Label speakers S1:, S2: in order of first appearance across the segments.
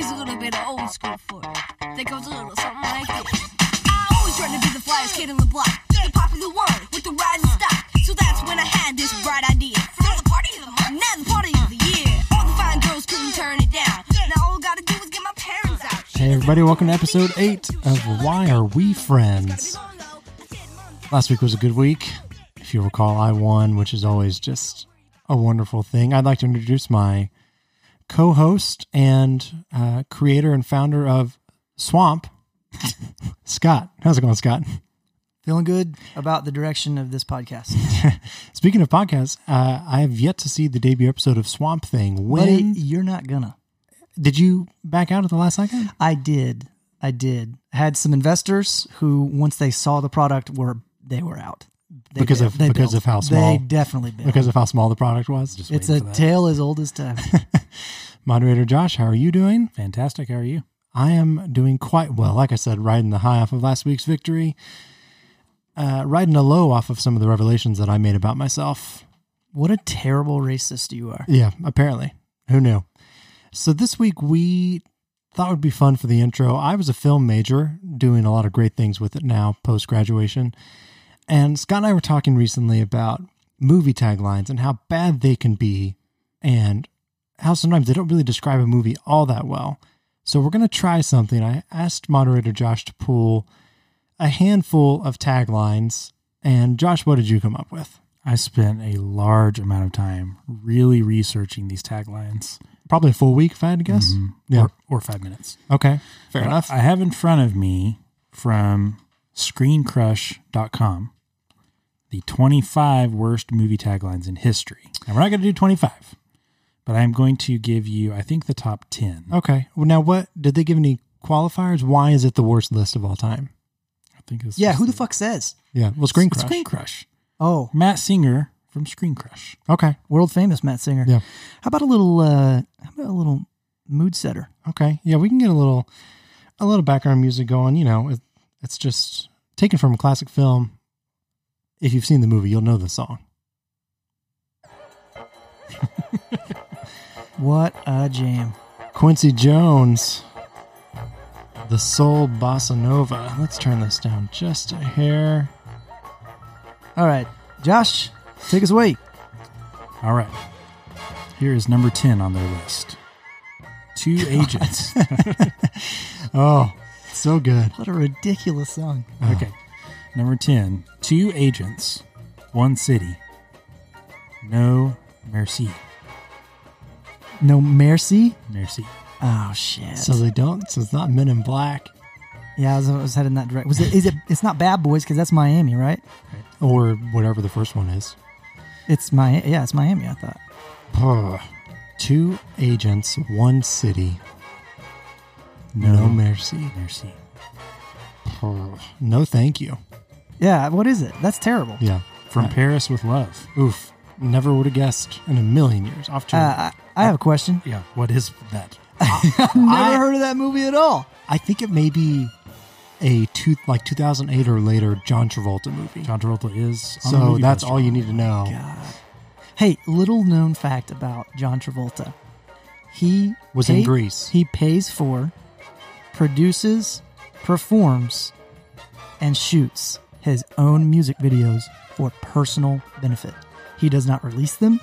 S1: the old school foot that goes a little something like this. I always tried to be the flyest kid on the block, the popular one with the riding stock. So that's when I had this bright idea. Now the party of the month, now the party of the year. All the fine girls couldn't turn it down. Now all I gotta do is get my parents out.
S2: Hey, everybody, welcome to episode 8 of Why Are We Friends? Last week was a good week. If you recall, I won, which is always just a wonderful thing. I'd like to introduce my co host and uh, creator and founder of Swamp, Scott. How's it going, Scott?
S3: Feeling good about the direction of this podcast.
S2: Speaking of podcasts, uh, I have yet to see the debut episode of Swamp Thing.
S3: Buddy,
S2: When
S3: you're not gonna.
S2: did you back out at the last second?
S3: I did. I did. I had some investors who, once they saw the product, were they were out. They
S2: Because of-
S3: they
S2: because of how small-
S3: They definitely bailed.
S2: Because of how small the product was? Just
S3: it's a tale as old as time.
S2: Moderator Josh, how are you doing? Fantastic. How are you? I am doing quite well. Like I said, riding the high off of last week's victory, uh, riding a low off of some of the revelations that I made about myself.
S3: what a terrible racist you are.
S2: Yeah, apparently. Who knew? So this week we thought would be fun for the intro. I was a film major, doing a lot of great things with it now post graduation. And Scott and I were talking recently about movie taglines and how bad they can be and how sometimes they don't really describe a movie all that well. So we're going to try something. I asked moderator Josh to pull a handful of taglines. And Josh, what did you come up with?
S4: I spent a large amount of time really researching these taglines.
S2: Probably a full week, if I had to guess. Yeah.
S4: Mm-hmm. Or, or five minutes.
S2: Okay. Fair
S4: But
S2: enough.
S4: I have in front of me from screencrush.com the 25 worst movie taglines in history. And we're not going to do 25, but I'm going to give you, I think, the top 10.
S2: Okay. Well, now what did they give any qualifiers? Why is it the worst list of all time?
S4: I think it's
S3: Yeah,
S4: just
S3: who the fuck says?
S2: Yeah. Well, Screen
S4: It's
S2: Crush.
S4: Screen Crush.
S3: Oh,
S4: Matt Singer from Screen Crush.
S2: okay.
S3: world famous Matt Singer.
S2: Yeah.
S3: How about a little? uh How about a little mood setter?
S2: Okay. Yeah, we can get a little, a little background music going. You know, it, it's just taken from a classic film. If you've seen the movie, you'll know the song.
S3: What a jam!
S2: Quincy Jones, the soul bossa nova. Let's turn this down just a hair.
S3: All right, Josh, take us away.
S4: All right. Here is number 10 on their list. Two agents.
S2: Oh, so good.
S3: What a ridiculous song.
S2: Oh.
S4: Okay. Number 10. Two agents, one city. No mercy.
S3: No mercy.
S4: Mercy.
S3: Oh shit.
S2: So they don't. So it's not Men in Black
S3: yeah, I was, I was heading that direction. Was it? Is it? It's not Bad Boys because that's Miami, right?
S2: or whatever the first one is.
S3: It's my yeah, it's Miami. I thought.
S2: Ugh. Two agents, one city, no,
S4: No,
S2: mercy.
S4: mercy.
S2: Ugh. No thank you.
S3: Yeah, what is it? That's terrible.
S2: Yeah.
S4: From Paris with love.
S2: Oof. Never would have guessed in a million years. Off to
S3: Uh, I, I have a question.
S4: Yeah. What is that?
S3: Never
S2: I-
S3: heard of that movie at all.
S2: I think it may be a two, like 2008 or later John Travolta movie.
S4: John Travolta is. On
S2: so
S4: the movie
S2: that's
S4: poster.
S2: all you need to know.
S3: Hey, little known fact about John Travolta. He
S2: Was in Grease.
S3: He pays for, produces, performs, and shoots his own music videos for personal benefit. He does not release them.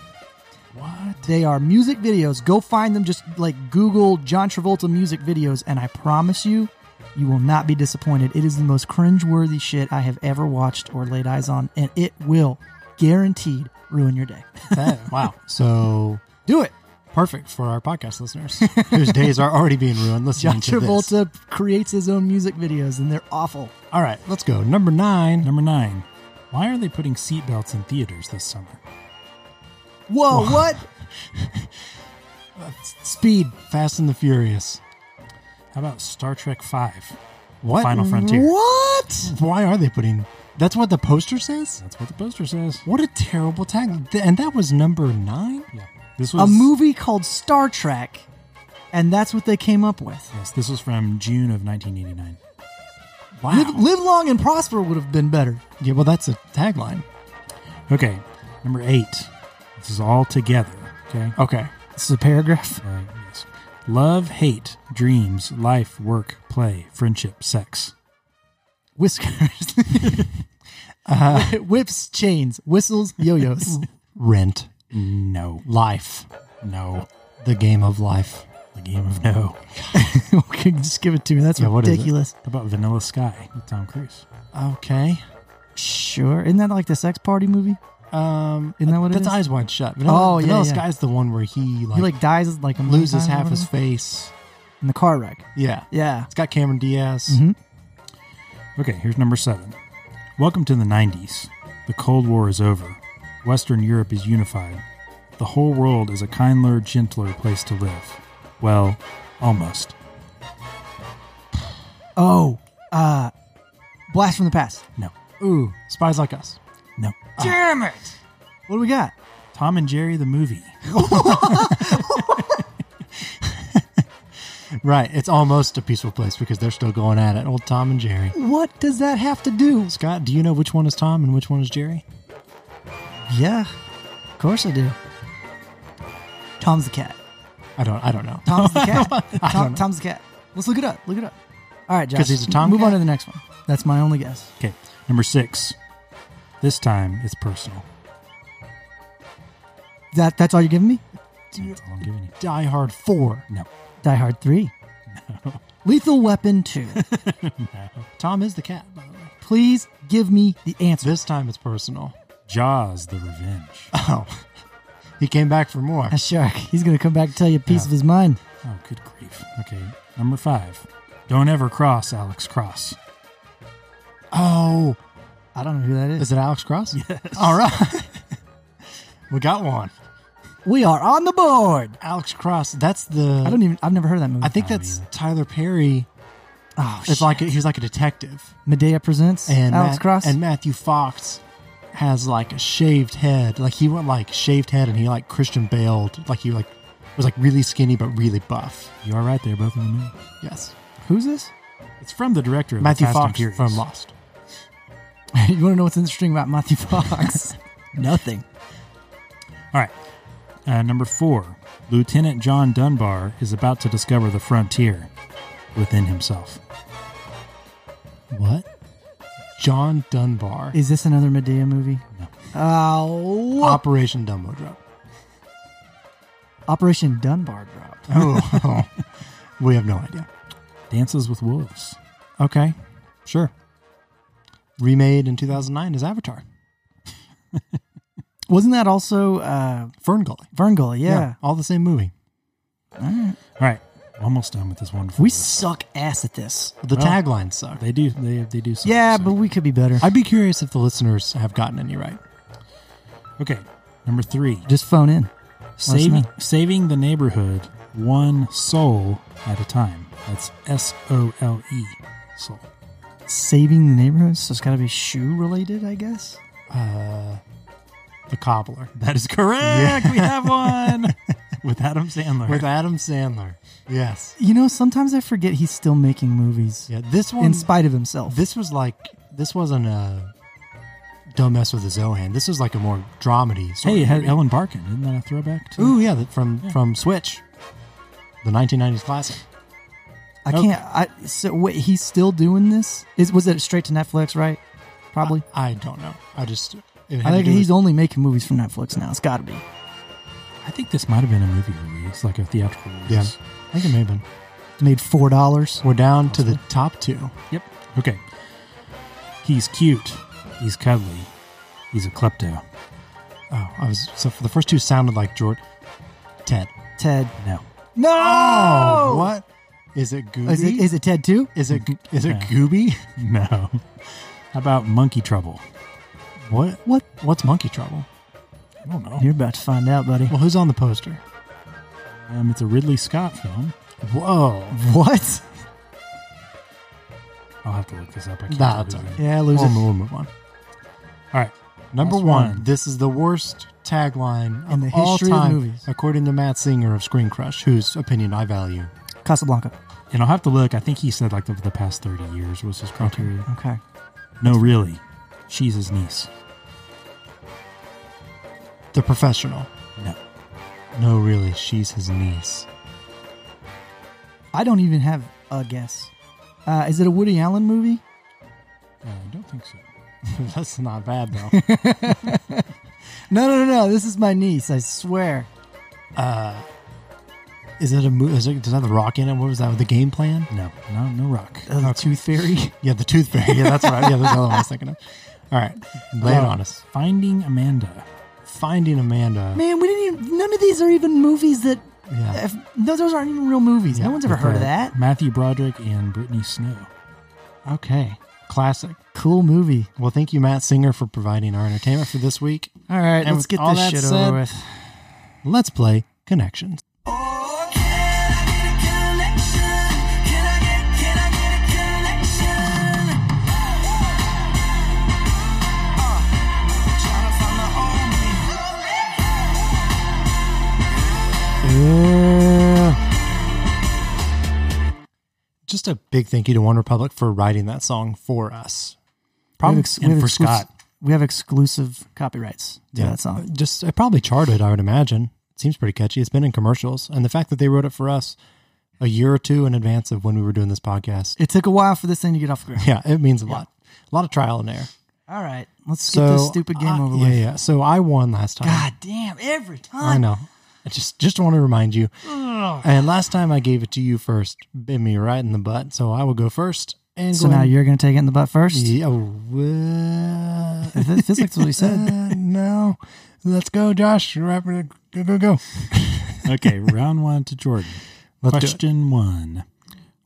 S3: What? They are music videos. Go find them. Just like Google John Travolta music videos, and I promise you, you will not be disappointed. It is the most cringeworthy shit I have ever watched or laid eyes on, and it will guaranteed ruin your day.
S2: That- wow. So
S3: Do it.
S2: perfect for our podcast listeners whose days are already being ruined listening
S3: John
S2: to this.
S3: Travolta creates his own music videos, and they're awful.
S2: All right, let's go. Number nine.
S4: Number 9. Why are they putting seatbelts in theaters this summer?
S3: Whoa, what?
S2: Speed. Fast and the Furious.
S4: How about Star Trek 5?
S2: What?
S4: Final Frontier.
S3: What?
S2: Why are they putting? That's what the poster says.
S4: That's what the poster says.
S2: What a terrible tagline. Th- And that was number nine.
S4: Yeah. This was
S3: A movie called Star Trek, and that's what they came up with.
S4: Yes, this was from June of 1989.
S2: Wow.
S3: Live, live long and prosper would have been better.
S2: yeah, well, that's a tagline.
S4: Okay. Number 8. This is all together. Okay.
S2: Okay.
S3: This is a paragraph.
S4: Uh, yes. Love, hate, dreams, life, work, play, friendship, sex.
S3: Whiskers. Uh-huh. Whips, chains, whistles, yo-yos.
S2: Rent,
S4: No.
S2: Life,
S4: No.
S2: the game of life.
S4: The game of no.
S3: Okay, Just give it to me. That's
S2: Yeah, what is it?
S3: ridiculous.
S4: How about Vanilla Sky with Tom Cruise?
S2: Okay.
S3: Sure. Isn't that like the sex party movie?
S2: Um,
S3: Isn't that what it
S2: that's
S3: is?
S2: Eyes Wide Shut.
S3: Oh, yeah,
S2: Vanilla
S3: yeah.
S2: Sky's the one where he like,
S3: he like dies like a million
S2: loses
S3: times or
S2: half his
S3: whatever?
S2: face.
S3: in the car wreck.
S2: Yeah,
S3: Yeah.
S2: it's got Cameron Diaz.
S3: Mhm.
S4: Okay, here's number seven. Welcome to the 90s. The Cold War is over. Western Europe is unified. The whole world is a kindler, gentler place to live. Well, almost.
S3: Oh, uh, blast from the past.
S4: No.
S2: Ooh, Spies Like Us.
S4: No.
S3: Damn it! What do we got?
S4: Tom and Jerry the movie.
S2: Right, it's almost a peaceful place because they're still going at it. Old Tom and Jerry.
S3: What does that have to do?
S2: Scott, do you know which one is Tom and which one is Jerry?
S3: Yeah, of course I do. Tom's the cat.
S2: I don't. I don't know.
S3: Tom's the cat. Tom, Tom's the cat. Let's look it up. Look it up. All right, Josh.
S2: 'Cause he's a Tom
S3: Move
S2: cat?
S3: on to the next one. That's my only guess.
S4: Okay, number six. This time it's personal.
S3: That that's all you're giving me?
S4: That's all I'm giving you.
S2: Die Hard Four.
S4: No.
S3: Die Hard Three. Lethal Weapon Two.
S2: Tom is the cat, by the way.
S3: Please give me the answer.
S2: This time it's personal.
S4: Jaws the Revenge.
S2: Oh, he came back for more.
S3: A shark. He's gonna come back and tell you a piece of his mind.
S4: Oh, good grief. Okay, number five. Don't ever cross Alex Cross.
S2: Oh,
S3: I don't know who that is.
S2: is it Alex Cross? Yes. All right, we got one.
S3: We are on the board.
S2: Alex Cross. That's the.
S3: I don't even. I've never heard of that movie.
S2: I think that's Tyler Perry.
S3: Oh,
S2: It's like a, he was like a detective,
S3: Medea presents
S2: and
S3: Alex
S2: Matt-
S3: Cross.
S2: and Matthew Fox has like a shaved head. Like he went like shaved head, and he like Christian Baled. Like he like was like really skinny but really buff.
S4: You are right there, both of them.
S2: Yes,
S3: Who's this?
S4: It's from the director of
S2: Matthew
S4: the Fast and
S2: Fox
S4: Furious.
S2: from Lost.
S3: you want to know what's interesting about Matthew Fox? Nothing.
S4: All right. Uh, number four, Lieutenant John Dunbar is about to discover the frontier within himself.
S2: What? John Dunbar.
S3: Is this another Medea movie?
S4: No.
S3: Oh,
S2: Operation Dumbo Drop.
S3: Operation Dunbar drop.
S2: Oh, we have no idea.
S4: Dances with Wolves.
S2: Okay, sure. Remade in 2009 as Avatar.
S3: Wasn't that also uh,
S2: Fern Gully.
S3: Verngal? Yeah.
S2: all the same movie.
S4: All right, almost done with this wonderful.
S3: We
S4: list.
S3: suck ass at this.
S2: The
S4: Well-
S2: taglines suck.
S4: they do they they do suck,
S3: Yeah,
S4: so.
S3: but we could be better.
S2: I'd be curious if the listeners have gotten any right.
S4: okay. Number three,
S3: Just phone in. us
S4: saving
S3: know.
S4: saving the neighborhood one soul at a time. That's S O L E soul.
S3: Saving the neighborhood, so it's got to be shoe related, I guess.
S2: Uh, the Cobbler
S4: That is correct. We have one with Adam Sandler.
S2: with Adam Sandler. Yes.
S3: You know, sometimes I forget he's still making movies
S2: Yeah. This one.
S3: in spite of himself.
S2: this was like this wasn't a don't mess with the Zohan. This was like a more dramedy. Sort
S4: hey, it
S2: of
S4: had
S2: movie.
S4: Ellen Barkin. Isn't that a throwback? To
S2: Ooh, yeah, that from from Switch, the 1990s classic.
S3: I can't. I so wait, he's still doing this. Is was it straight to Netflix? Right? Probably.
S2: I don't know. I just. It
S3: I,
S2: had to
S3: think
S2: do
S3: he's
S2: with-
S3: only making movies for Netflix now. It's got to be.
S4: I think this might have been a movie release, like a theatrical release.
S2: Yeah, I think it may have been.
S3: It's made four dollars.
S2: We're down to the top two.
S4: Yep. Okay. He's cute. He's cuddly. He's a klepto.
S2: Oh, I was so for the first two sounded like George Ted.
S3: Ted.
S4: No.
S3: No.
S2: Oh, what is it? Gooby?
S3: Is it, is it Ted too?
S2: Is it is it
S4: Yeah.
S2: Gooby?
S4: No. How about monkey trouble?
S2: What
S3: What?
S2: what's Monkey Trouble?
S4: I don't know.
S3: You're about to find out, buddy.
S2: Well, who's on the poster?
S4: Um, it's a Ridley Scott film.
S2: Whoa,
S3: What?
S4: I'll have to look this up. I can't
S2: nah,
S4: tell
S2: it's
S4: who's
S2: all
S4: in
S2: right.
S4: it.
S3: Yeah, lose
S2: we'll,
S3: it.
S2: move- we'll move on.
S4: All right.
S2: Number
S4: Last
S2: one,
S4: one.
S2: This is the worst tagline
S3: In
S2: of
S3: the
S2: all
S3: history of
S2: time,
S3: movies.
S2: according to Matt Singer of Screen Crush, whose opinion I value.
S3: Casablanca.
S4: And I'll have to look. I think he said like the, the past 30 years was his criteria.
S3: Okay.
S4: No, really. She's his niece.
S2: The professional.
S4: No. Uh,
S2: No, really, she's his niece.
S3: I don't even have a guess. Uh, is it a Woody Allen movie?
S4: Uh, I don't think so.
S2: That's not bad though.
S3: No, no, no, no. This is my niece. I swear.
S2: is it a movie? Is it, does it have the rock in it? What was that? The game plan?
S4: No, no, no rock.
S3: Uh, the Tooth Fairy.
S2: Yeah, the tooth fairy. Yeah, that's right. Yeah, that's the other one I was thinking of. All right, lay it
S4: Uh,
S2: on us.
S4: Finding Amanda.
S2: Finding Amanda.
S3: Man, we didn't. Even, none of these are even movies that.
S2: Yeah.
S3: if- no, those aren't even real movies. no one's ever
S4: With,
S3: heard of
S4: uh,
S3: that.
S4: Matthew Broderick and Brittany Snow.
S2: Okay, classic.
S3: Cool movie.
S2: Well, thank you, Matt Singer, for providing our entertainment for this week.
S3: All right,
S2: And
S3: let's
S2: with
S3: get
S2: all
S3: this
S2: that
S3: shit
S2: said-
S3: over with.
S2: Let's play Connections. Just a big thank you to One Republic for writing that song for us.
S3: We have
S4: Probably
S3: ex- we
S4: and
S3: have
S4: for
S3: exclus-
S4: Scott.
S3: we have exclusive copyrights to that
S2: Uh,
S3: song.
S2: Just it probably charted, I would imagine. It seems pretty catchy. It's been in commercials, and the fact that they wrote it for us a year or two in advance of when we were doing this podcast,
S3: It took a while for this thing to get off the ground.
S2: yeah, it means a lot. A lot of trial and error.
S3: All right, let's
S2: So
S3: get this stupid game
S2: I-
S3: over
S2: yeah,
S3: with.
S2: yeah. So I won last time.
S3: God damn! Every
S2: I
S3: time.
S2: know. I just just want to remind you. And last time I gave it to you first, bit me right in the butt. So I will go first. And
S3: So
S2: go
S3: now
S2: ahead-
S3: you're gonna take it in the butt first.
S2: Yeah, well,
S3: It feels like that's what he said.
S2: uh, no. Let's go, Josh. Wrap it up. Go go go.
S4: Okay, round one to Jordan.
S2: Let's do it.
S4: Question one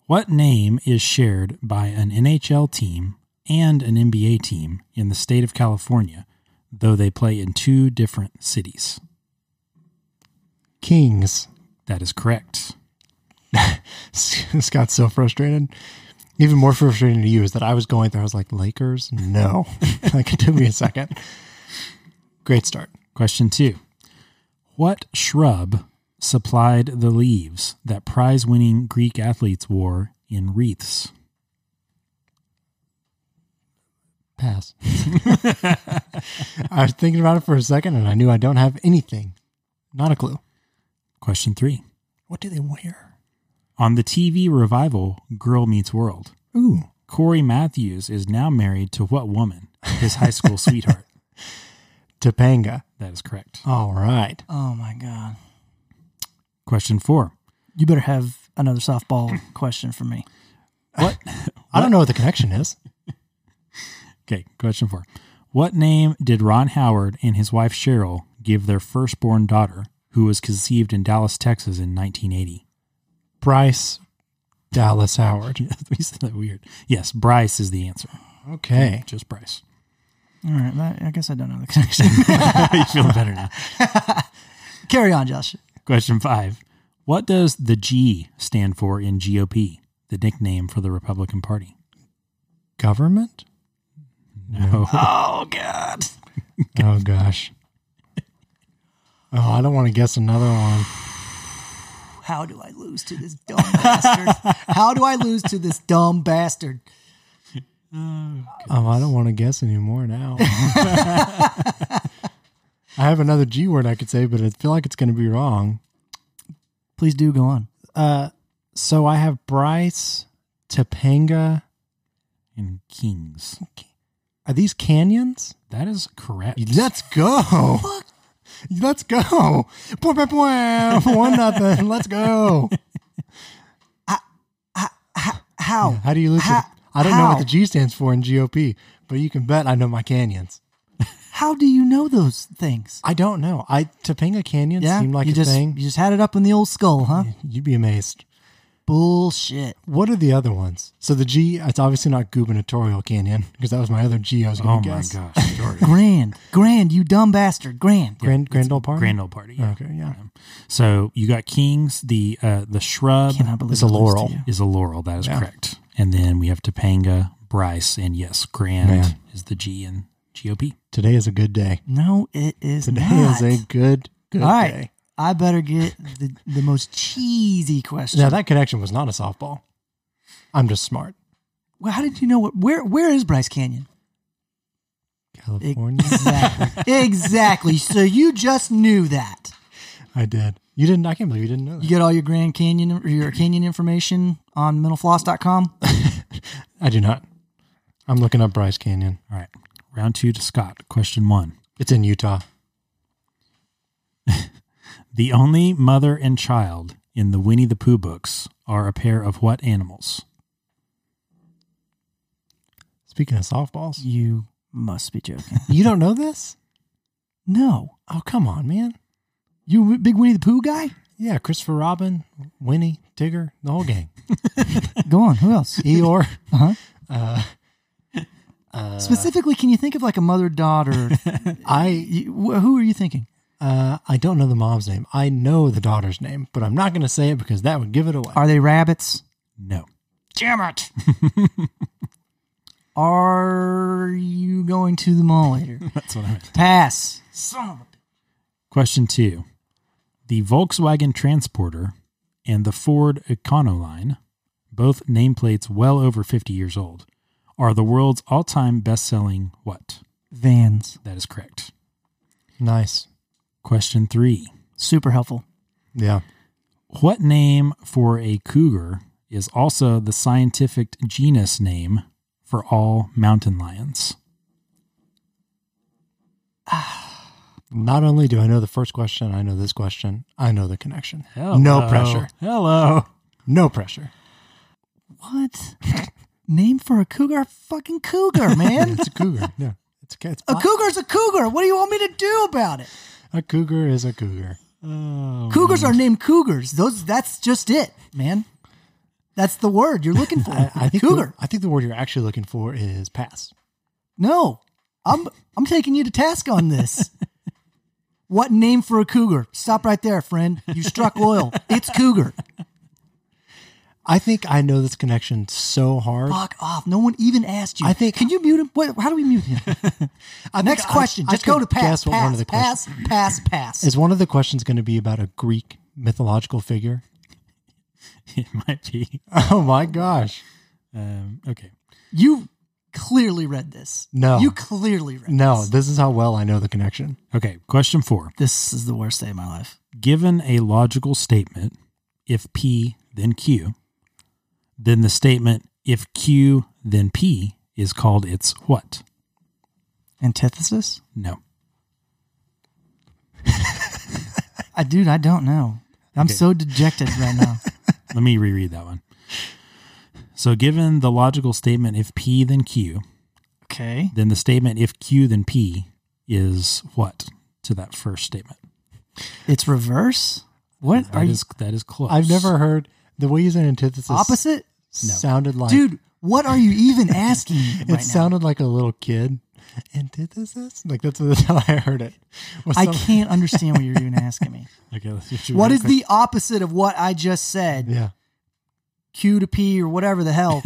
S4: What name is shared by an NHL team and an NBA team in the state of California, though they play in two different cities?
S2: Kings.
S4: That is correct.
S2: Scott's so frustrated. Even more frustrating to you is that I was going there. I was like, Lakers? No. like, it took me a second. Great start.
S4: Question two What shrub supplied the leaves that prize winning Greek athletes wore in wreaths?
S2: Pass. I was thinking about it for a second and I knew I don't have anything. Not a clue.
S4: Question three
S2: What do they wear?
S4: On the TV revival Girl Meets World,
S2: Ooh.
S4: Corey Matthews is now married to what woman? His high school sweetheart.
S2: Topanga.
S4: That is correct.
S2: All right.
S3: Oh my god!
S4: Question four.
S3: You better have another softball question for me.
S4: What?
S2: I don't know what the connection is.
S4: okay, question four. What name did Ron Howard and his wife Cheryl give their firstborn daughter, who was conceived in Dallas, Texas in 1980?
S2: Bryce Dallas Howard.
S4: we said that weird. Yes, Bryce is the answer.
S2: Okay.
S4: Just Bryce.
S3: All right, that, I guess I don't know the connection.
S4: you feel better now.
S3: Carry on, Josh.
S4: Question five. What does the G stand for in GOP, the nickname for the Republican Party?
S2: Government?
S4: No.
S2: Mm-hmm.
S3: Oh god!
S2: Oh, gosh. Oh, I don't want to guess another one.
S3: How do I lose to this dumb bastard? How do I lose to this dumb bastard?
S2: Oh, I don't want to guess anymore now. I have another G word I could say, but I feel like it's going to be wrong.
S3: Please do go on.
S2: So I have Bryce, Topanga.
S4: In Kings.
S2: Are these canyons?
S4: That is correct.
S2: Let's go. Let's go. Boy, boy, boy. One nothing. Let's go.
S3: How?
S2: How do you lose?
S3: How-
S2: to- I don't know what
S3: how?
S2: the G stands for in GOP, but you can bet I know my canyons.
S3: How do you know those things?
S2: I don't know. I Topanga Canyon seemed like
S3: you
S2: a
S3: just
S2: thing.
S3: you just had it up in the old skull, huh?
S2: You'd be amazed.
S3: Bullshit.
S2: What are the other ones? So the G, it's obviously not gubernatorial canyon because that was my other G I was going
S4: Oh
S2: to
S4: my
S2: guess.
S4: gosh. Jordan.
S3: Grand, grand, you dumb bastard, grand.
S2: Grand, Grandel Park?
S4: Grand Ole Party. yeah.
S2: Okay, yeah.
S4: So you got Kings. The uh, the shrub
S3: Cannot believe
S2: It's a
S3: I lost to
S2: laurel.
S3: you.
S4: is a laurel. That is correct. And then we have Topanga, Bryce, and yes, Grand
S2: Man.
S4: is the G in GOP.
S2: Today is a good day.
S3: No, it is
S2: Today
S3: not.
S2: is a good, good
S3: All right,
S2: day.
S3: I better get the, the most cheesy question.
S2: Now, that connection was not a softball. I'm just smart.
S3: well, how did you know what? Where Where is Bryce Canyon?
S2: California.
S3: Exactly. exactly. So you just knew that.
S2: I did. You didn't. I can't believe you didn't know that.
S3: You get all your Grand Canyon or your Canyon information on mentalfloss.com.
S2: I do not. I'm looking up Bryce Canyon.
S4: All right. Round two to Scott. Question one.
S2: It's in Utah.
S4: The only mother and child in the Winnie the Pooh books are a pair of what animals?
S2: Speaking of softballs,
S3: You must be joking.
S2: you don't know this?
S3: no.
S2: Oh, come on, man.
S3: You a big Winnie the Pooh guy?
S2: Yeah, Christopher Robin, Winnie, Tigger, the whole gang.
S3: Go on. Who else?
S2: Eeyore.
S3: Uh-huh.
S2: Uh,
S3: Specifically, can you think of like a mother daughter?
S2: I
S3: you, wh- who are you thinking?
S2: uh, I don't know the mom's name. I know the daughter's name, but I'm not going to say it because that would give it away.
S3: Are they rabbits?
S4: No.
S3: Are you going to the mall later?
S4: That's what I meant.
S3: Pass.
S4: Question two. The Volkswagen Transporter and the Ford Econoline, both nameplates well over 50 years old, are the world's all time best selling what?
S3: Vans.
S4: That is correct.
S2: nice.
S4: Question three.
S3: Super helpful.
S2: Yeah.
S4: What name for a cougar is also the scientific genus name for all mountain lions?
S2: Not only do I know the first question, I know this question. I know the connection.
S4: Hello.
S2: No pressure.
S4: Hello.
S2: No pressure.
S3: What? Name for a cougar? A Fucking cougar, man.
S2: It's a cougar. yeah. It's a, it's
S3: a cougar's a cougar. What do you want me to do about it?
S2: a cougar is a cougar. Oh,
S3: Cougars are named cougars. Those that's just it, man. That's the word you're looking for.
S2: I, I think
S3: cougar.
S2: The, I think the word you're actually looking for is pass.
S3: No. I'm I'm taking you to task on this. what name for a cougar? Stop right there, friend. You struck oil. It's cougar.
S2: I think I know this connection so hard.
S3: Fuck off. No one even asked you.
S2: I think-
S3: Can you mute him? What, how do we mute him? Next question.
S2: I
S3: Just
S2: could
S3: go to
S2: guess
S3: pass. Pass,
S2: what one of the
S3: pass, pass, pass,
S2: Is one of the questions going to be about a Greek mythological figure?
S4: It might be.
S2: Oh my gosh.
S4: Um, okay.
S3: You clearly read this.
S2: No.
S3: You clearly read
S2: No,
S3: this.
S2: this is how well I know the connection.
S4: Okay. Question four.
S3: This is the worst day of my life.
S4: given a logical statement, if P, then Q, then the statement, if Q, then P, is called its what?
S3: Antithesis?
S4: No.
S3: I dude, I don't know. I'm
S4: Okay.
S3: so dejected right now.
S4: Let me reread that one. So, given the logical statement, if P, then Q,
S3: okay.
S4: then the statement, if Q, then P, is what to that first statement?
S3: It's reverse? What
S4: That
S3: are you
S4: is- that is close.
S2: I've never heard the way you said antithesis
S3: opposite?
S2: sounded like
S3: Dude, what are you even asking me
S2: It
S3: right now?
S2: sounded like a little kid. Antithesis? Like that's, that's how I heard it. Was
S3: I
S2: some-
S3: can't understand what you're even asking me.
S4: Okay, let's just do
S3: What
S4: real
S3: is
S4: quick.
S3: the opposite of what I just said?
S2: Yeah.
S3: Q to P or whatever the hell.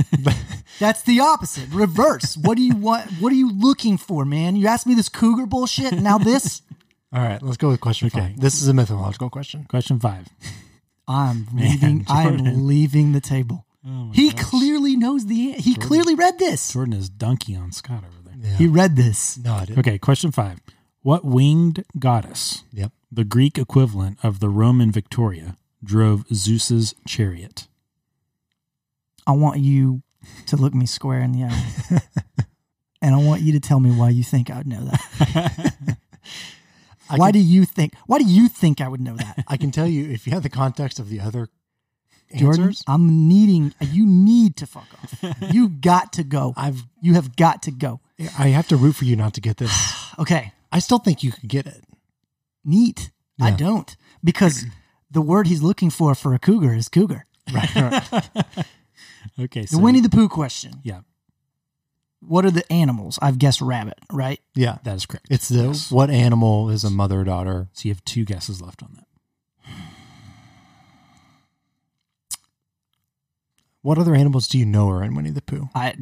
S3: That's the opposite. Reverse. What do you want? What are you looking for, man? You asked me this cougar bullshit. and Now this.
S2: All right, let's go with question
S4: Okay.
S2: five. This is a mythological question.
S4: question five?
S3: I'm leaving. I'm leaving the table.
S2: Oh
S3: he clearly knows the. He clearly read this.
S4: Jordan is donkey on Scott over there.
S2: Yeah.
S3: He read this.
S2: No, I didn't.
S4: Okay, question five. What winged goddess
S2: Yep.
S4: the Greek equivalent of the Roman Victoria, drove Zeus's chariot.
S3: I want you to look me square in the eye, and I want you to tell me why you think I would know that.
S2: I
S3: why
S2: can,
S3: do you think? Why do you think I would know that?
S2: I can tell you if you had the context of the other
S3: Jordan,
S2: answers.
S3: I'm needing. You need to fuck off. you got to go.
S2: I've
S3: You have got to go.
S2: I have to root for you not to get this.
S3: Okay,
S2: I still think you could get it.
S3: neat. I
S2: Yeah.
S3: don't because the word he's looking for for a cougar is cougar.
S4: Okay, so
S3: The Winnie the Pooh question.
S4: yeah,
S3: What are the animals? I've guessed rabbit, right?
S2: Yeah.
S4: that is correct.
S2: It's the
S4: Yes.
S2: what animal is a mother daughter?
S4: So you have two guesses left on that.
S2: What other animals do you know are in Winnie the Pooh?
S3: I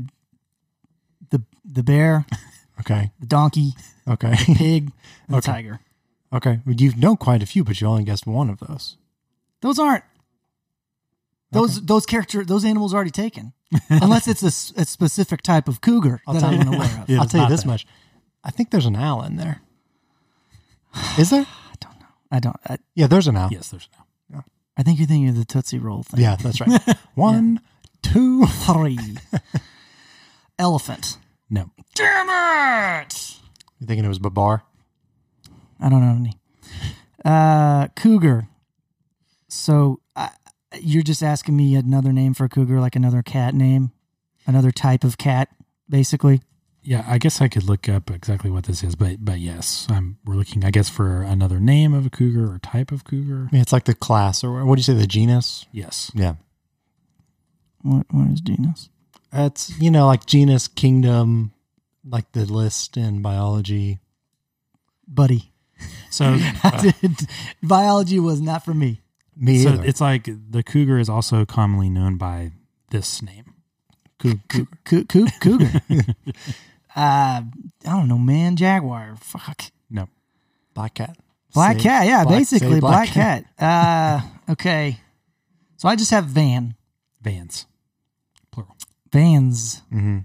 S3: the the bear,
S2: Okay.
S3: the donkey,
S2: Okay.
S3: pig,
S2: Okay.
S3: and the tiger.
S2: okay. Well, you know quite a few, but you only guessed one of those.
S3: Those aren't those those character those animals are already taken. Unless it's a s- a, specific type of cougar that
S2: tell
S3: I'm
S2: you-
S3: unaware of.
S4: Yeah,
S2: I'll
S4: it's
S2: tell you
S4: not
S2: this
S4: that.
S2: much. I think there's an owl in there. Is there?
S3: I don't know. I I don't. I,
S2: Yeah, there's an owl.
S4: Yes, there's now.
S3: I think you're thinking of the Tootsie Roll thing.
S2: Yeah, that's right. One, two.
S3: Three. Elephant.
S4: No.
S3: Damn it!
S2: You're thinking it was Babar?
S3: I don't know any. Uh, cougar. So I you're just asking me another name for a cougar, like another cat name, another type of cat, basically.
S4: Yeah, I guess I could look up exactly what this is, but but yes, I'm we're looking, I guess, for another name of a cougar or type of cougar.
S2: Yeah, it's like the class, or what do you say, the genus?
S4: Yes.
S2: Yeah.
S3: What what is genus?
S2: It's, you know, like genus, kingdom, like the list in biology.
S3: Buddy.
S4: So
S3: Biology was not for me.
S2: Me
S4: so
S2: either.
S4: it's like the cougar is also commonly known by this name.
S2: Coo- coo-
S3: Cou- cou- cougar. uh, I don't know, man. Jaguar. Fuck.
S4: No.
S2: black cat.
S3: Black
S2: Say-
S3: cat. Yeah,
S2: black- say
S3: basically black, cat. Uh, okay. So I just have van.
S4: Vans. Plural.
S3: Vans.
S2: Mhm.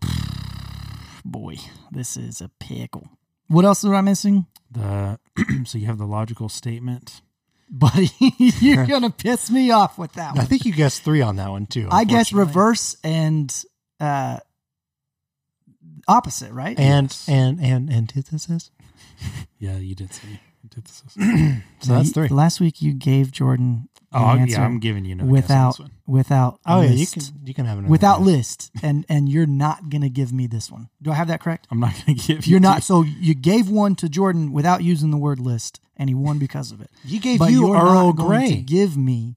S3: Boy, this is a pickle. What else am I missing?
S4: The so you have the logical statement.
S3: Buddy, you're going to piss me off with that
S2: I
S3: one.
S2: think you guessed three on that one, too.
S3: I guess
S2: unfortunately.
S3: reverse and uh, opposite, right?
S2: And,
S4: Yes.
S2: and, and antithesis.
S4: Yeah, you did say antithesis.
S2: So that's three.
S3: Last week you gave Jordan an
S4: Oh
S3: answer
S4: yeah, I'm giving you another guess on
S3: without
S4: this one.
S3: without
S2: Oh, yeah, you
S3: list.
S2: can, you can have another
S3: without
S2: guess.
S3: list and and you're not going to give me this one. Do I have that correct?
S4: I'm not going to give you.
S3: You're
S4: two.
S3: not. So you gave one to Jordan without using the word list, and he won because of it.
S2: You gave
S3: but
S2: you
S3: you're
S2: Earl
S3: not going
S2: Grey.
S3: to give me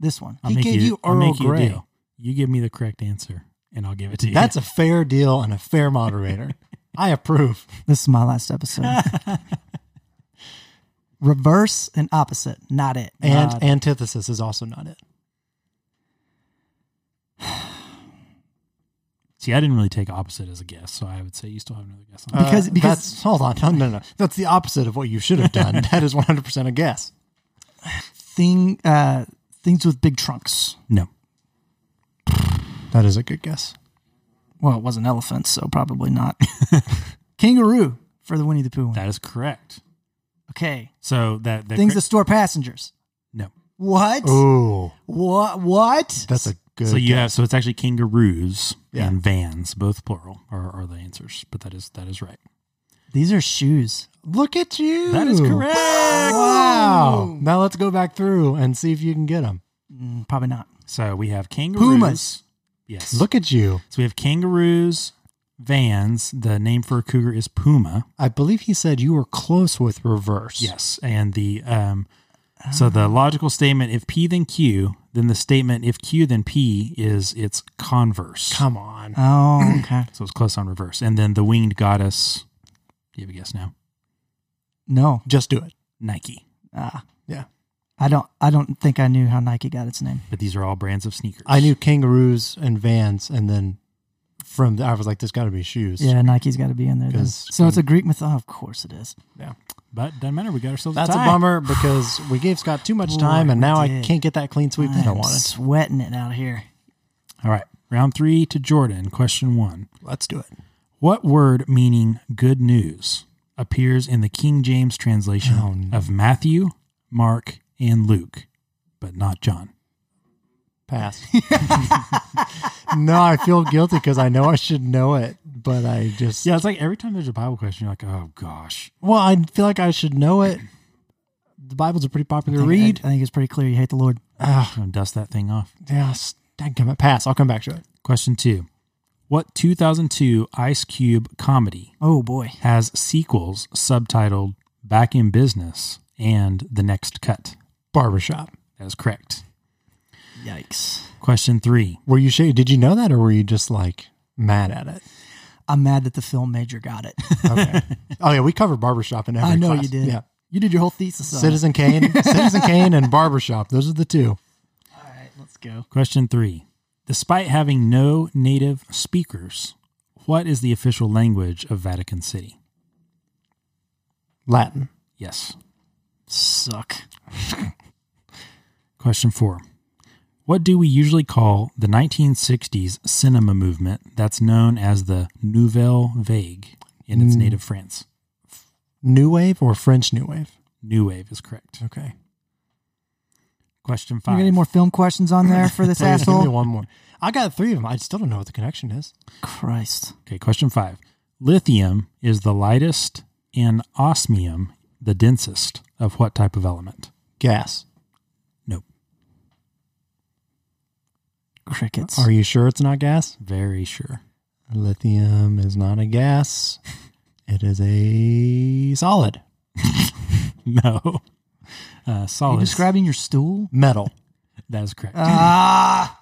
S3: this one.
S4: I'll
S2: He
S4: make
S2: gave you
S4: I'll
S2: Earl
S4: make you a
S2: Grey.
S4: deal. You give me the correct answer, and I'll give it to you.
S2: That's a fair deal and a fair moderator. I approve.
S3: This is my last episode. Reverse and opposite, not it.
S2: And
S3: Uh,
S2: antithesis is also not it.
S4: see. I didn't really take opposite as a guess, so I would say you still have another guess. On
S2: Uh,
S4: that.
S3: Because- because-
S2: that's, hold on, no, no, no. That's the opposite of what you should have done. that is one hundred percent a guess.
S3: thing, uh, things with big trunks.
S4: no,
S2: That is a good guess.
S3: Well, it wasn't elephants, so probably not. Kangaroo for the Winnie the Pooh one.
S4: that is correct.
S3: Okay,
S4: So that the
S3: things
S4: cor-
S3: that store passengers.
S4: no.
S3: What?
S2: Ooh,
S3: What? What?
S2: Oh. that's a good.
S4: So you
S2: guess.
S4: have so it's actually kangaroos
S2: Yeah.
S4: and vans, both plural, are, are the answers. But that is that is right.
S3: These are shoes.
S2: Look at you.
S4: That is correct.
S2: Wow. Now let's go back through and see if you can get them.
S3: Mm, Probably not.
S4: So we have kangaroos.
S3: Pumas.
S4: Yes.
S2: Look at you.
S4: So we have kangaroos, vans. The name for a cougar is puma.
S2: I believe he said you were close with reverse. Ah.
S4: Yes, and the um, so the logical statement if P then Q, then the statement if Q then P is its converse.
S2: Come on.
S3: Oh, okay.
S4: so it's close on reverse, and then the winged goddess. Do you have a guess now?
S3: No,
S2: Just do it.
S4: Nike.
S3: Ah.
S2: Yeah.
S3: I don't. I don't think I knew how Nike got its name.
S4: But these are all brands of sneakers.
S2: I knew kangaroos and vans, and then from the, I was like, "There's got to be shoes."
S3: Yeah, Nike's got to be in there. Then.
S2: 'Cause-
S3: So it's a Greek myth. Oh, of course it is.
S4: but doesn't matter. We got ourselves.
S2: That's a
S4: tie.
S2: bummer because we gave Scott too much
S3: Boy,
S2: time, and
S3: we
S2: now I
S3: did.
S2: can't get that clean sweep that I
S3: I'm
S2: wanted.
S3: sweating it out here.
S4: All right, round three to Jordan. Question one:
S2: Let's do it.
S4: What word meaning good news appears in the King James translation
S2: Oh, no.
S4: of Matthew, Mark, and Luke, but not John?
S2: Pass. no, I feel guilty because I know I should know it, but I just
S4: Yeah, it's like every time there's a Bible question, you're like, oh gosh.
S2: well, I feel like I should know it. The Bible's a pretty popular
S3: I think-
S2: read.
S3: I, I think it's pretty clear. You hate the Lord.
S2: Ah,
S4: Gonna dust that thing off.
S2: yeah, s- dadgummit. pass. I'll come back to it.
S4: Question two What 2002 Ice Cube comedy
S3: Oh boy.
S4: has sequels subtitled Back in Business and The Next Cut?
S2: Barbershop.
S4: That is correct.
S3: Yikes.
S4: Question three
S2: Were you sh- did you know that, or were you just like mad at it?
S3: I'm mad that the film major got it.
S2: Okay. oh yeah, we covered barbershop in every.
S3: I know
S2: class.
S3: you did.
S2: Yeah.
S3: You did your whole thesis. On
S2: Citizen Kane, Citizen Kane, and barbershop. Those are the two.
S3: It. All right, let's go.
S4: Question three Despite having no native speakers, what is the official language of Vatican City?
S2: Latin.
S4: Yes.
S3: Suck.
S4: Question four. What do we usually call the 1960s cinema
S3: Hmm.
S4: movement that's known as the Nouvelle Vague in its native France?
S2: New Wave or French New Wave?
S4: New Wave is correct.
S2: Okay.
S4: Question
S3: You
S4: five.
S3: got any more film questions on there for this
S2: Please give me
S3: asshole?
S2: one more. I got three of them. I still don't know what the connection is.
S3: Christ.
S4: Okay, question five. Lithium is the lightest and osmium the densest of what type of element?
S2: Gas.
S4: Nope.
S3: Crickets.
S2: Are you sure it's not gas?
S4: Very sure.
S2: Lithium is not a gas. It is a solid
S4: No. Uh,
S3: Are you
S4: solid.
S3: describing your stool?
S2: metal.
S4: that is correct.
S3: Ah.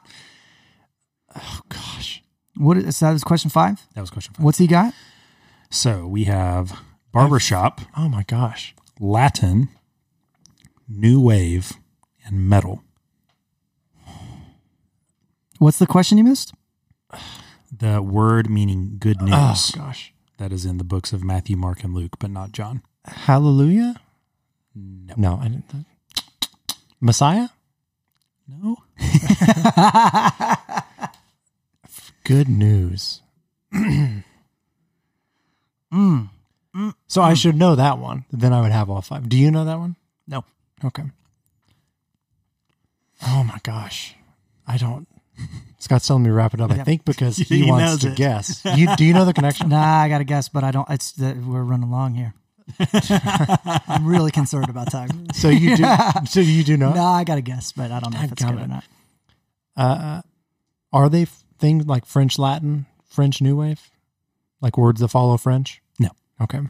S2: Oh, gosh.
S3: what is that? Is question five?
S4: that was question five.
S3: What's he got?
S4: So we have barbershop,
S2: Oh, my gosh.
S4: Latin, new wave, and metal.
S3: What's the question he missed?
S4: The word meaning good news.
S2: Oh, gosh.
S4: That is in the books of Matthew, Mark, and Luke, but not John.
S2: Hallelujah?
S4: No.
S2: No, I didn't. Messiah?
S4: No.
S2: Good news.
S4: Mm.
S2: So I should know that one. Then I would have all five. Do you know that one?
S3: No.
S2: Okay. Oh my gosh. I don't. Scott's telling me to wrap it up, I think, because he,
S4: He
S2: wants
S4: knows
S2: to
S4: it.
S2: guess. You, do you know the connection?
S3: Nah, I got to guess, but I don't. It's that we're running long here. I'm really concerned about time.
S2: So you do. So you do know.
S3: Nah, I got to guess, but I don't know if it's good
S2: Dadgummit.
S3: or not.
S2: Are they f- things like French Latin, French New Wave, like words that follow French?
S4: No.
S2: Okay.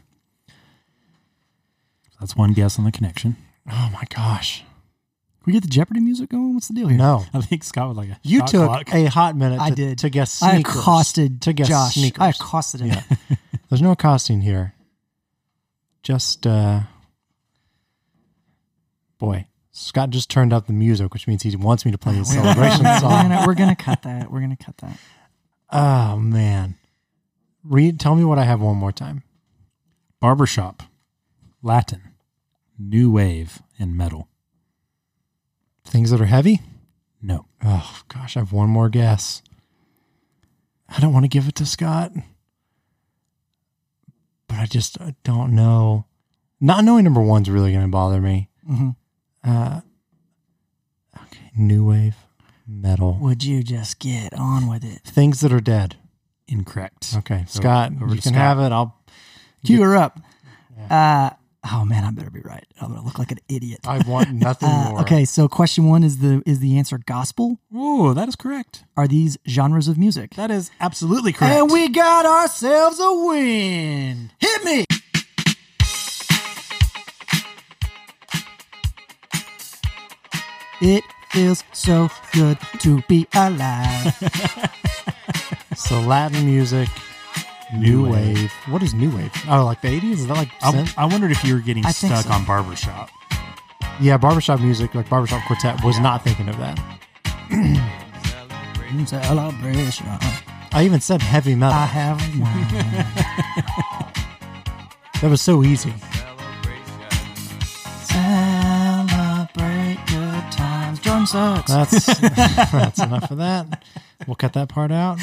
S4: That's one guess on the connection.
S2: Oh my gosh.
S3: We get the Jeopardy music going. What's the deal here?
S2: No.
S4: I think Scott would like a
S2: You
S4: shot
S2: took
S4: clock.
S2: a hot minute. To,
S3: I did
S2: to guess.
S3: I
S2: Sneakers,
S3: accosted
S2: to guess
S3: Josh.
S2: Sneakers.
S3: I accosted him.
S2: There's no accosting here. Just uh boy, Scott just turned up the music, which means he wants me to play his celebration
S3: we're,
S2: song.
S3: gonna, we're gonna cut that. We're gonna cut that.
S2: Oh man. Read tell me what I have one more time.
S4: barbershop, Latin, new wave, and metal.
S2: Things that are heavy?
S4: No.
S2: Oh gosh, I have one more guess. I don't want to give it to Scott. But I just I don't know. Not knowing number one's really gonna bother me.
S3: Mhm.
S4: Mm-hmm.
S2: Uh okay, new wave, metal.
S3: Would you just get on with it?
S2: Things that are dead.
S4: Incorrect.
S2: Okay,
S4: So,
S2: Scott, you
S4: over
S2: can
S4: to Scott.
S2: have it. I'll.
S3: Cue her up. Uh, oh man, I better be right. I'm gonna look like an idiot.
S2: I want nothing
S3: Uh,
S2: more.
S3: okay, so question one is the is the answer gospel?
S4: Whoa, that is correct.
S3: Are these genres of music?
S4: That is absolutely correct.
S3: And we got ourselves a win. Hit me. It feels so good to be alive.
S2: So Latin music, new,
S4: New
S2: wave.
S4: wave.
S2: What is new wave? Oh, like the eighties? Is that like
S4: I,
S2: synth?
S4: I wondered if you were getting
S3: I think
S4: stuck
S3: so.
S4: on barbershop.
S2: yeah, barbershop music, like barbershop quartet. Was not thinking of that.
S3: Celebration.
S2: I even said heavy metal.
S3: I have one.
S2: that was so easy.
S3: Celebrate good times. Jordan sucks.
S2: That's that's enough of that. We'll cut that part out.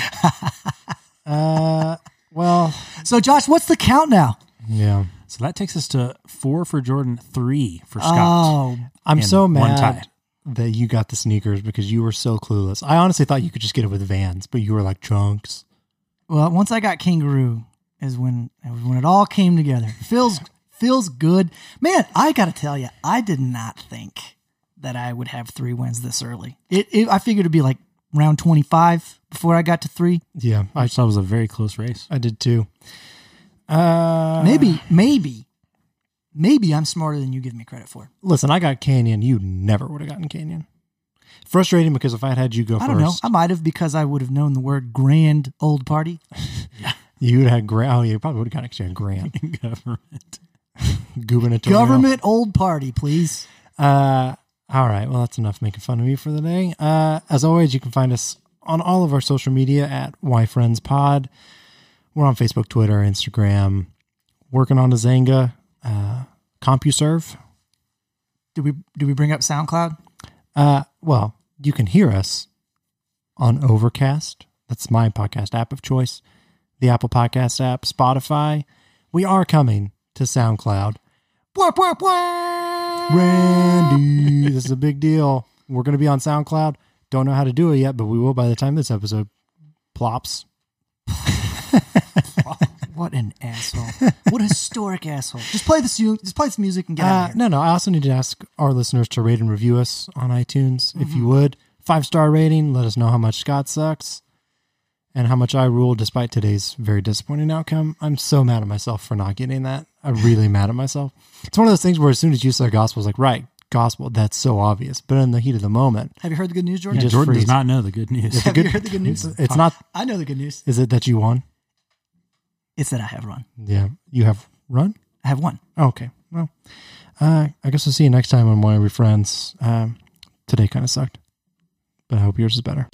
S2: Uh, well,
S3: so, Josh, what's the count now?
S2: yeah.
S4: So that takes us to four for Jordan, three for Scott.
S3: Oh,
S2: I'm
S4: And
S2: so
S4: one
S2: mad
S4: tie.
S2: that you got the sneakers because you were so clueless. I honestly thought you could just get it with Vans, but you were like trunks.
S3: Well, once I got kangaroo is when when it all came together. Feels feels good, man. I gotta tell you, I did not think that I would have three wins this early. It, it I figured it'd be like round twenty five before I got to three.
S2: Yeah,
S4: I
S2: I
S4: thought it was a very close race.
S2: I did too. Uh,
S3: Maybe, maybe, maybe I'm smarter than you give me credit for.
S2: listen, I got Canyon. You never would have gotten Canyon. Frustrating because if I had had you go
S3: I
S2: 1st
S3: don't know. I might have because I would have known the word grand old party.
S2: you would have had Grant. Oh, yeah, you probably would have gotten actually a Grant
S4: Government.
S2: gubernatorial
S3: Government old party, please.
S2: Uh, all right. Well, that's enough making fun of me for the day. Uh, as always, you can find us on all of our social media at Why Friends Pod. We're on Facebook, Twitter, Instagram. Working on a Zanga, uh, CompuServe.
S3: Did we did we bring up SoundCloud?
S2: Uh, well, you can hear us on Overcast. That's my podcast app of choice, the Apple Podcast app, Spotify. We are coming to SoundCloud. Wah, wah, wah. Randy, this is a big deal. We're going to be on SoundCloud. Don't know how to do it yet, but we will by the time this episode plops.
S3: What an asshole! what a historic asshole! Just play this. you- Just play this music and get out
S2: Uh,
S3: of here.
S2: no, no. I also need to ask our listeners to rate and review us on iTunes, if
S3: Mm-hmm.
S2: you would. Five star rating. Let us know how much Scott sucks and how much I rule despite today's very disappointing outcome. I'm so mad at myself for not getting that. I'm really mad at myself. It's one of those things where as soon as you say gospel, it's like, right, gospel, that's so obvious. But in the heat of the moment,
S3: Have you heard the good news,
S2: You
S3: Jordan?
S2: just
S4: Jordan
S2: freeze.
S4: does not know the good news.
S3: Have you heard the good news?
S2: it's not,
S3: I know the good news.
S2: is it that you won?
S3: It's that I have run.
S2: Yeah. You have run?
S3: I have won.
S2: Okay. Well, uh, I guess we'll see you next time on Why Are We Friends. Um, today kind of sucked, but I hope yours is better.